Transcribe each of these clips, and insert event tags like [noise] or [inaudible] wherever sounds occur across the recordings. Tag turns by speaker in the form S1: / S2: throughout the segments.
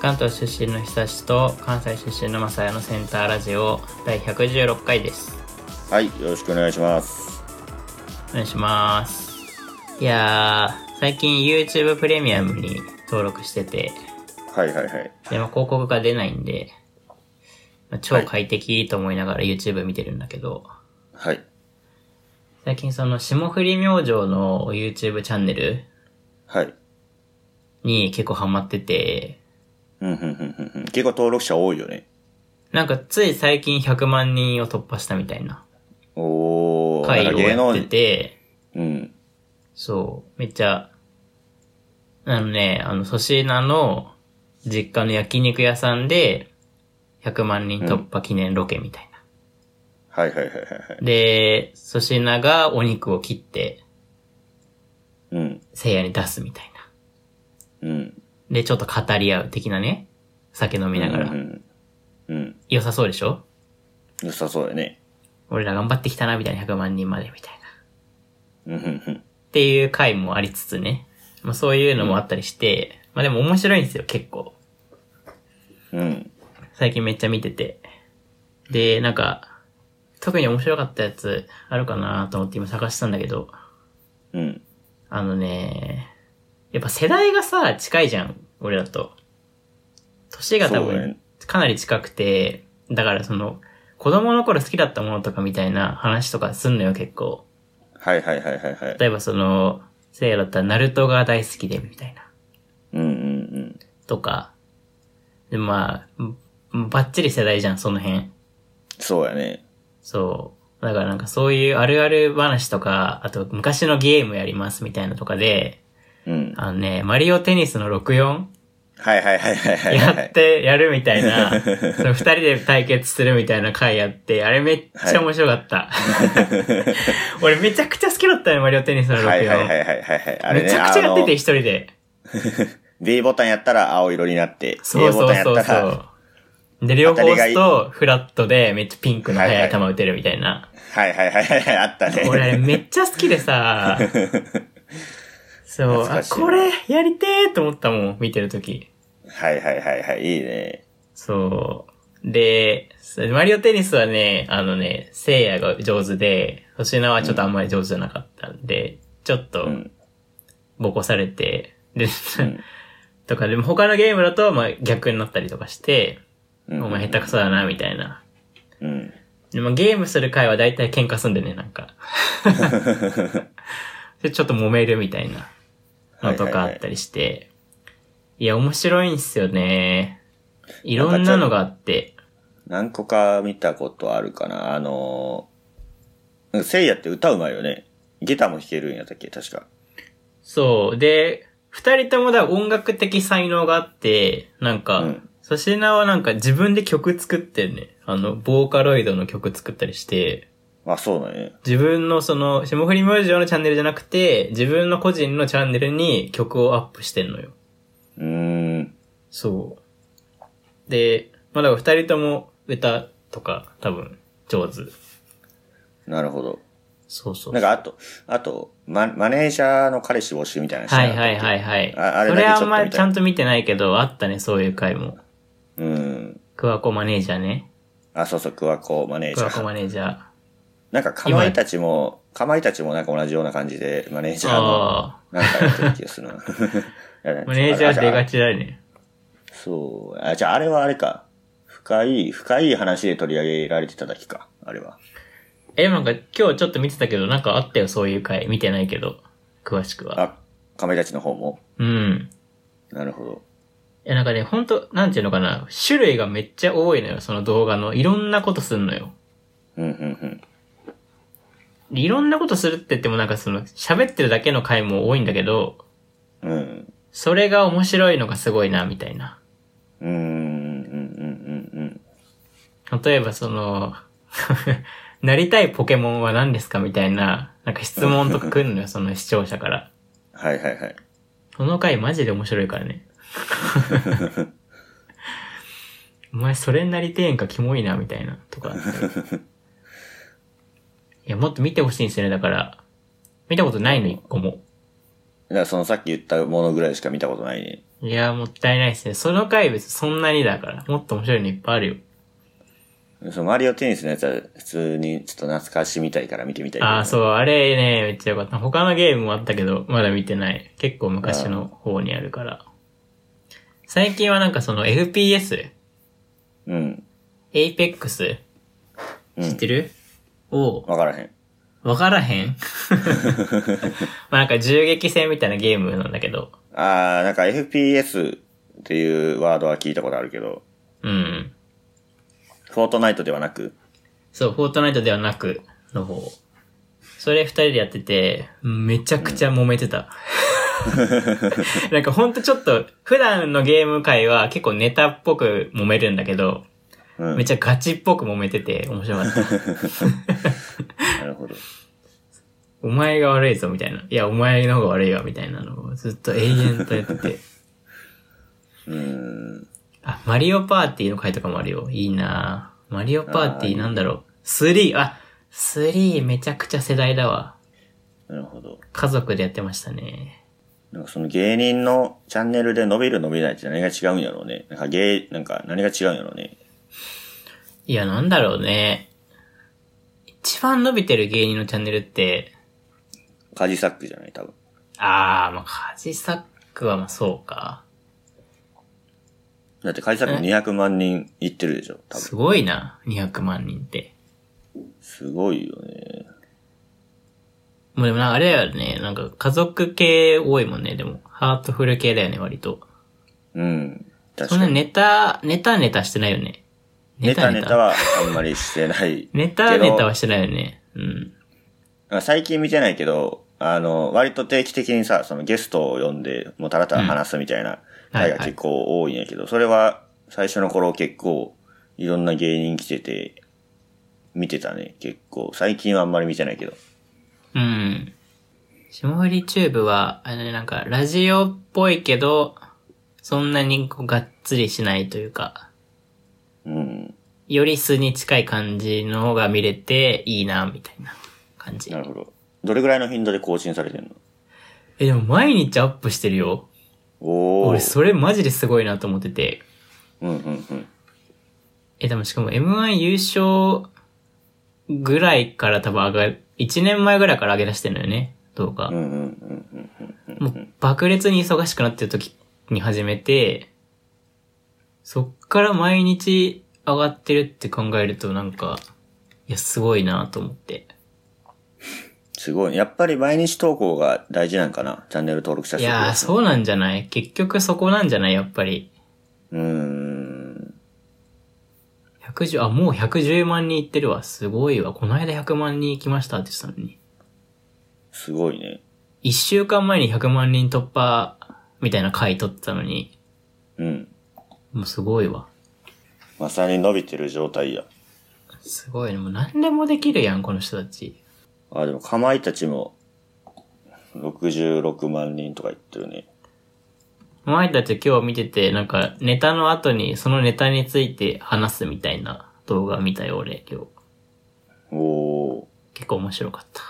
S1: 関東出身の久志と関西出身の正也のセンターラジオ第116回です
S2: はい、よろしくお願いします。
S1: お願いしますいやー最近 YouTube プレミアムに登録してて
S2: はいはいはい。
S1: でも広告が出ないんでまあ超快適と思いながら YouTube 見てるんだけど、
S2: はい。
S1: 最近その霜降り明星の YouTube チャンネル
S2: はい。
S1: に結構ハマってて、
S2: うん、うん、うん、うん。結構登録者多いよね。
S1: なんかつい最近100万人を突破したみたいな
S2: おー、
S1: 回
S2: なん
S1: を
S2: か芸
S1: や
S2: 能
S1: って
S2: 人。
S1: て、
S2: うん。
S1: そう、めっちゃ、あのね、あの、粗品の実家の焼肉屋さんで、100万人突破記念ロケみたいな。
S2: はいはいはいはいはい。
S1: で、粗品がお肉を切って、
S2: うん、
S1: せいやに出すみたいな。
S2: うん。
S1: で、ちょっと語り合う的なね、酒飲みなが
S2: う
S1: ら。
S2: ん。うん。
S1: 良さそうでしょ
S2: 良さそうだね。
S1: 俺ら頑張ってきたな、みたいな100万人まで、みたいな。
S2: うん、うん、うん。
S1: っていう回もありつつね。まあそういうのもあったりして、まあでも面白いんですよ、結構。
S2: うん。
S1: 最近めっちゃ見てて。で、なんか、特に面白かったやつあるかなと思って今探したんだけど、
S2: うん。
S1: あのね、やっぱ世代がさ、近いじゃん、俺らと。年が多
S2: そうだ
S1: 分
S2: ね、
S1: かなり近くて、だからその、子供の頃好きだったものとかみたいな話とかすんのよ、結構。
S2: はいはいはいはいはい。
S1: 例えばその、せいやだったらナルトが大好きで、みたいな。
S2: うん、うん、
S1: とか。で、まあ、んばっちり世代じゃん、その辺。
S2: そうやね。
S1: そう。だからなんかそういうあるある話とか、あと昔のゲームやりますみたいなとかで、
S2: うん。
S1: あのね、マリオテニスの64
S2: はいはいはいはいはいは
S1: やっ
S2: い。
S1: てやるみたい
S2: [laughs]
S1: な、その二人で対決するみたいな回やって、あれめっちゃ面白かった。 [laughs] 俺めちゃくちゃ好きだったよ、マリオテニスの64。
S2: はいはいはいはいはいはい。あれ
S1: め
S2: ね、
S1: ちゃくちゃやってて一
S2: あの
S1: 人で。
S2: D ボタンやったら青色になって、
S1: そう
S2: A ボ
S1: そう
S2: タンや
S1: そ
S2: っ
S1: う
S2: た
S1: そ
S2: ら、
S1: う。で、両方
S2: 当たりが
S1: 押す
S2: いい
S1: とフラットでめっちゃピンクの
S2: はい
S1: 速
S2: は
S1: い球
S2: い
S1: 打てるみたいな。
S2: はいはいはいはいはい、あったね。
S1: 俺あれめっちゃ好きで
S2: [laughs]
S1: さ、そう、
S2: 懐か
S1: あ、
S2: しいな
S1: これやりてーと思ったもん、見てるとき。
S2: はいはいはいはい、いいね。
S1: そう。で、マリオテニスはね、あのね、聖夜が上手で、星名はちょっとあんまり上手じゃなかったんで、ちょっと
S2: うん。
S1: ボコされて、で、 [laughs]
S2: ん
S1: とか、でも他のゲームだと、まあ逆になったりとかして、
S2: うん
S1: お前下手くそだな、みたいな。
S2: うん。
S1: でもゲームする回は大体喧嘩すんでね、なん [laughs] か。で、ちょっと揉めるみたいなのとかあったりして。いや、面白いんすよね。いろんなのがあって。
S2: 何個か見たことあるかな。あのー、せいやって歌うまいよね。ギターも弾けるんやったっけ確か。
S1: そう。で、二人ともだ、音楽的才能があって、なんか、
S2: うん
S1: 粗品はなんか自分で曲作ってんね。あの、ボーカロイドの曲作ったりして、
S2: あ、そうだね。
S1: 自分のその、霜降り明星のチャンネルじゃなくて、自分の個人のチャンネルに曲をアップしてんのよ。
S2: うーん。
S1: そう。で、まあ、だから二人とも歌とか多分上手。
S2: なるほど。
S1: そうそう。
S2: なんか、あと、あと、ママネージャーの彼氏募集みたいな。
S1: はいはいはいいはい。
S2: ああれ
S1: そ
S2: だ
S1: れ
S2: けちょっ
S1: はあ
S2: と
S1: んま
S2: 見た
S1: ちゃんと見てないけど、あったね、そういう回も。
S2: うん。
S1: クワコマネージャーね。
S2: あ、そうそう、クワコマネー
S1: ク
S2: ジャ
S1: ワコ
S2: ー。
S1: マネージャー。
S2: なんか、かまいたちも、かまいたちもなんか同じような感じで、マネージャーの、
S1: あ
S2: なんかやってる気がするな。
S1: あ、
S2: [laughs]
S1: マネージャー出が
S2: ち。
S1: ちだね。
S2: そう。あ、じゃああれはあれか。深い、深い話で取り上げられてただけか。あれは。
S1: え、なんか今日ちょっと見てたけど、なんかあったよ、そういう回。見てないけど、詳しくは。
S2: あ、かまいたちの方も。
S1: うん。
S2: なるほど。
S1: いや、なんかね、ほんと、なんていうのかな、種類がめっちゃ多いのよ、その動画の。いろんなことすんのよ。
S2: うん、うん、
S1: でいろんなことするって言ってもなんかその、喋ってるだけの回も多いんだけど、
S2: うん。うん。
S1: それが面白いのがすごいな、みたいな。
S2: うん、うん、うん、うん、うん。
S1: 例えばその、 [laughs] なりたいポケモンは何ですかみたいな、なんか質問とか来るのよ、その視聴者から。
S2: はいはいはい。
S1: この回マジで面白いからね。お前それになりてえんかキモいな、みたいな、とか。いや、もっと見てほしいんですよね、だから。見たことないの、一個も。
S2: だからそのさっき言ったものぐらいしか見たことないね。
S1: いや、もったいないですね。その回別にそんなにだから。もっと面白いのいっぱいあるよ。
S2: そのマリオテニスのやつは普通にちょっと懐かしみたいから見てみたいけど。
S1: ああ、そう、あれね、めっちゃよかった。他のゲームもあったけど、まだ見てない。結構昔の方にあるから。最近はなんかその FPS、
S2: うん。
S1: Apex、
S2: うん
S1: 知ってる、を、
S2: わからへん。
S1: わからへ
S2: [laughs]
S1: んまあなんか銃撃戦みたいなゲームなんだけど、
S2: あー、なんか FPS っていうワードは聞いたことあるけど、
S1: うん。
S2: フォートナイトではなく、
S1: そう、フォートナイトではなく、の方。それ二人でやってて、めちゃくちゃ揉めて
S2: [laughs]
S1: た。なんかほんとちょっと、普段のゲーム界は結構ネタっぽく揉めるんだけど、
S2: うん
S1: めっちゃガチっぽく揉めてて面白か
S2: [laughs]
S1: った。
S2: なるほど。
S1: お前が悪いぞみたいな。いや、お前の方が悪いわみたいなのをずっと永遠とやってて。
S2: うん。
S1: あ、マリオパーティーの回とかもあるよ。いいなぁマリオパーティーなんだろう。3、あ、3めちゃくちゃ世代だわ。
S2: なるほど。
S1: 家族でやってましたね。
S2: なんかその芸人のチャンネルで伸びる伸びないって何が違うんやろうね。なんか芸、なんか何が違うんやろうね。
S1: いや、なんだろうね。一番伸びてる芸人のチャンネルって、
S2: カジサックじゃない、多分。
S1: あー、まあ、カジサックはまあそうか。
S2: だってカジサック200万人いってるでしょ、多分。
S1: すごいな、200万人って。
S2: すごいよね。
S1: もうでもな、あれだよね、なんか家族系多いもんね、でも。ハートフル系だよね、割と。
S2: うん。確
S1: そん
S2: か
S1: な
S2: に。
S1: ネタ、ネタネタしてないよね。
S2: ネタネタはあんまりしてない。
S1: ネタネタはしてないよね。うん。
S2: あ最近見てないけど、あの、割と定期的にさ、そのゲストを呼んで、もうたらたら話すみたいな回が結構多いんやけど、それは最初の頃結構いろんな芸人来てて、見てたね、結構。最近はあんまり見てないけど。
S1: うん。霜降りチューブは、あのね、なんか、ラジオっぽいけど、そんなにこうがっつりしないというか、
S2: うん。
S1: より素に近い感じの方が見れていいな、みたいな感じ
S2: な。るほど。どれぐらいの頻度で更新されてんの
S1: え、でも毎日アップしてるよ。
S2: お
S1: 俺、
S2: ー。
S1: それマジですごいなと思ってて。
S2: うんうんうん。
S1: え、でもしかも M1 優勝ぐらいから多分上がる、1年前ぐらいから上げ出してるのよね、動画。
S2: うんうんうんうん。
S1: もう爆裂に忙しくなってる時に始めて、そっから毎日上がってるって考えるとなんか、いや、すごいなと思って。
S2: すごいね。やっぱり毎日投稿が大事なんかなチャンネル登録者
S1: い
S2: 数
S1: やー、そうなんじゃない結局そこなんじゃないやっぱり。
S2: う。うーん。
S1: 110、あ、もう110万人いってるわ。すごいわ。この間100万人行きましたって言ってたのに。
S2: すごいね。
S1: 一週間前に100万人突破みたいな回取ってたのに、
S2: うん。
S1: もうすごいわ。
S2: まさに伸びてる状態や。
S1: すごいね。もう何でもできるやん、この人たち。
S2: あ、でも、かまいたちも、66万人とか言ってるね。
S1: お前たち今日見てて、なんかネタの後にそのネタについて話すみたいな動画見たよ、俺今日。
S2: おー。
S1: 結構面白かった。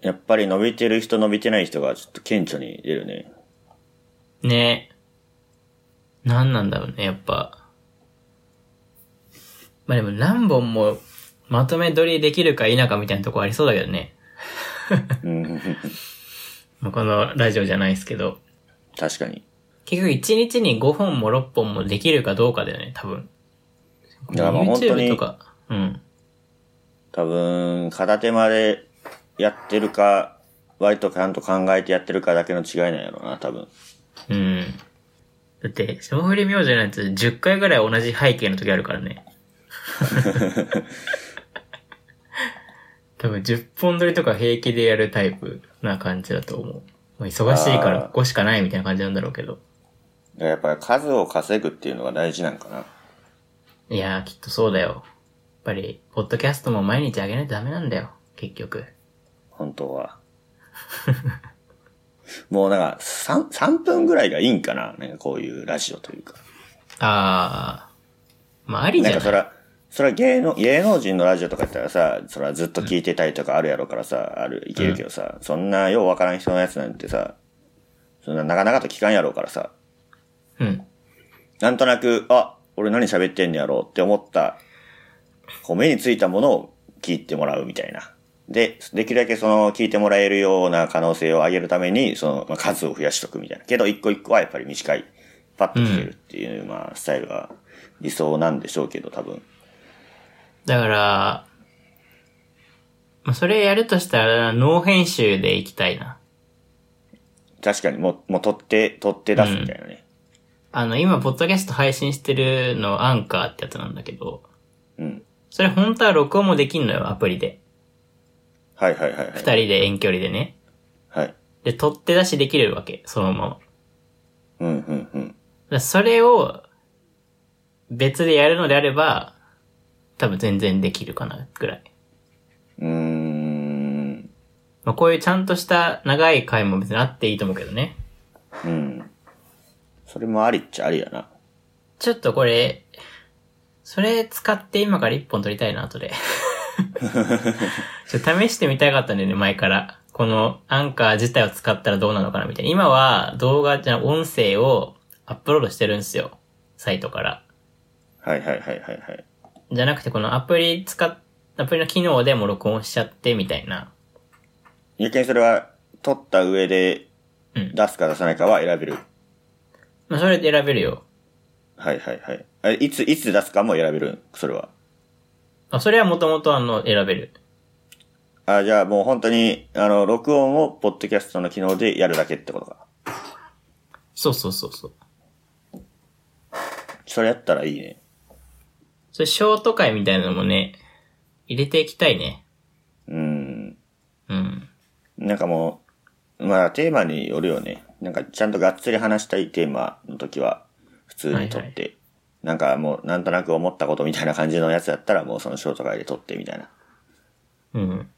S2: やっぱり伸びてる人伸びてない人がちょっと顕著に出るね。
S1: ねえ。なんなんだろうね、やっぱ。まあでも何本もまとめ撮りできるか否かみたいなとこありそうだけどね。
S2: うん。 [laughs]
S1: まあこのラジオじゃないですけど。
S2: 確かに。
S1: 結局1日に5本も6本もできるかどうかだよね、多分。
S2: いやまあ本当に
S1: YouTube とか。うん。
S2: 多分、片手間でやってるか、割とちゃんと考えてやってるかだけの違いなんやろうな、多分。
S1: うん。だって、霜降り明星のやつ10回ぐらい同じ背景の時あるからね。多分10本撮りとか平気でやるタイプな感じだと思う。もう忙しいからここしかないみたいな感じなんだろうけど。
S2: だからやっぱり数を稼ぐっていうのが大事なんかな。
S1: いやーきっとそうだよ。やっぱり、ポッドキャストも毎日あげないとダメなんだよ。結局。
S2: 本
S1: [laughs]
S2: 当は。もうなんか3、3分ぐらいがいいんかななんかこういうラジオというか。
S1: あー。まあありじ
S2: なん
S1: ゃな
S2: かそ
S1: い
S2: ら、そら芸能、芸能人のラジオとかやったらさ、そらずっと聞いてたりとかあるやろからさ、ある、いけるけどさ、そんなようわからん人のやつなんてさ、そんななかなかと聞かんやろうからさ、
S1: うん。
S2: なんとなく、あ、俺何喋ってんのやろうって思った、こう目についたものを聞いてもらうみたいな。で、できるだけその聞いてもらえるような可能性を上げるために、その、まあ、数を増やしとくみたいな。けど、一個一個はやっぱり短い。パッと聞けるっていう、まあ、スタイルが理想なんでしょうけど、多分。
S1: だから、まあ、それやるとしたら、ノー編集でいきたいな。
S2: 確かにもう、もう取って、取って出すみたいなね。
S1: あの、今、ポッドキャスト配信してるの、アンカーってやつなんだけど、
S2: うん。
S1: それ本当は録音もできんのよ、アプリで。
S2: はいはいはい、は
S1: 二
S2: い。
S1: 人で遠距離でね。
S2: はい。
S1: で、取って出しできるわけ、そのまま。だか
S2: うんうんうん。
S1: らそれを、別でやるのであれば、多分全然できるかな、ぐらい。
S2: うーん。
S1: まあ、こういうちゃんとした長い回も別にあっていいと思うけどね。
S2: うん。それもありっちゃありやな。
S1: ちょっとこれ、それ使って今から一本撮りたいな、後 [laughs] で。ちょっと試してみたかったんでね、前から。このアンカー自体を使ったらどうなのかなみたいな。今は動画じゃない音声をアップロードしてるんですよ。サイトから。
S2: はいはいはいはいはい。
S1: じゃなくてこのアプリ使っ、アプリの機能でも録音しちゃってみたいな。
S2: 逆にそれは、取った上で、
S1: うん
S2: 出すか出さないかは選べる。
S1: まあそれで選べるよ。
S2: はいはいはい。あいつ、いつ出すかも選べるそれは。
S1: あ、それはもともとあの、選べる。
S2: あ、じゃあもう本当に、あの、録音を、ポッドキャストの機能でやるだけってことか。
S1: そうそうそうそう。
S2: それやったらいいね。
S1: それショート回みたいなのもね、入れていきたいね。
S2: うん。
S1: うん。
S2: なんかもう、まあテーマによるよね。なんかちゃんとがっつり話したいテーマの時は、普通に撮って、なんかもうなんとなく思ったことみたいな感じのやつだったら、もうそのショート会で撮ってみたいな。
S1: うん。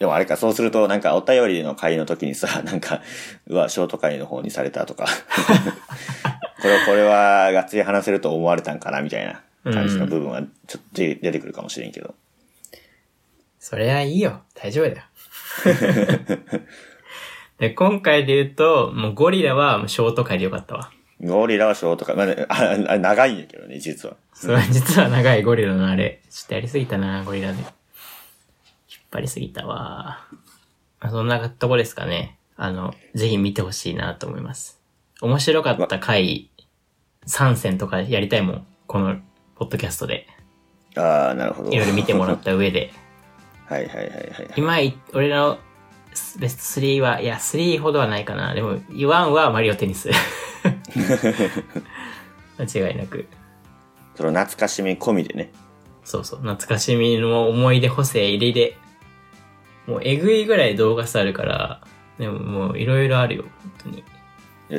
S2: でもあれか、そうするとなんかお便りの会の時にさ、 [laughs] なんか、うわ、ショート会の方にされたとか、 [laughs] これ、これはがっつり話せると思われたんかなみたいな感じの部分はちょっと出出てくるかもしれんけど。
S1: それはいいよ。大丈夫だよ。 [laughs] で、今回で言うと、もうゴリラはもうショート回でよかったわ。
S2: ゴリラはショート会、まあね、ああ長いんやけどね、実は。
S1: それ実は長いゴリラのあれ。ちょっとやりすぎたな、ゴリラで。引っ張りすぎたわ。まあそんなとこですかね。あの、ぜひ見てほしいなと思います。面白かった回、3選とかやりたいもん。この、ポッドキャストで。
S2: ああ、なるほど。
S1: いろいろ見てもらった上で。
S2: はいはいはいはい。
S1: 今い、俺らのスベスト3は、いや、3ほどはないかな。でも、1はマリオテニ [laughs] ス。間違いなく。
S2: その懐かしみ込みでね。
S1: そうそう。懐かしみの思い出補正入りで。もう、えぐいぐらい動画数あるから、でももう、いろいろあるよ。本当に。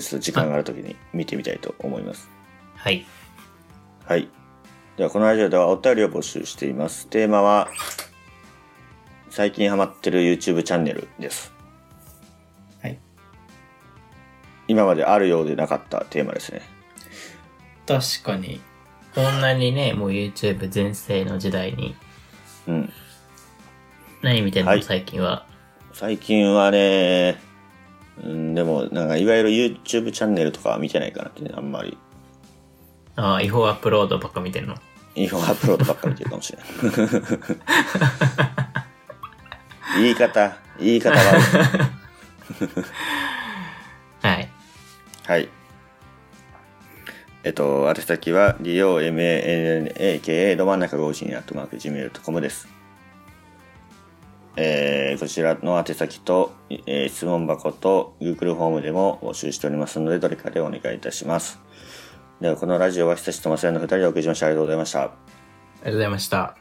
S2: ちょっと時間がある時に見てみたいと思います。
S1: はい。
S2: はい。では、このラジオではお便りを募集しています。テーマは、最近ハマってる YouTube チャンネルです。
S1: はい。
S2: 今まであるようでなかったテーマですね。
S1: 確かに。こんなにね、もう YouTube 全盛の時代に。
S2: うん。
S1: 何見てんの、
S2: はい
S1: 最近は。
S2: 最近はね、うん、でも、なんか、いわゆる YouTube チャンネルとかは見てないかなってね、あんまり。
S1: ああ、違法アップロードばっか見てんの。
S2: 違法アップロードばっかり見てるかも
S1: [laughs]
S2: しれない。言い方、言い方悪い。
S1: はい。
S2: はい。えっと、宛先は domanaka ど真ん中52アットマーク gmail.com です。えーこちらの宛先と、えー質問箱と Google フォームでも募集しておりますので、どれかでお願いいたします。では、このラジオは久しとまさやの2人でお送りしました。ありがとうございました。
S1: ありがとうございました。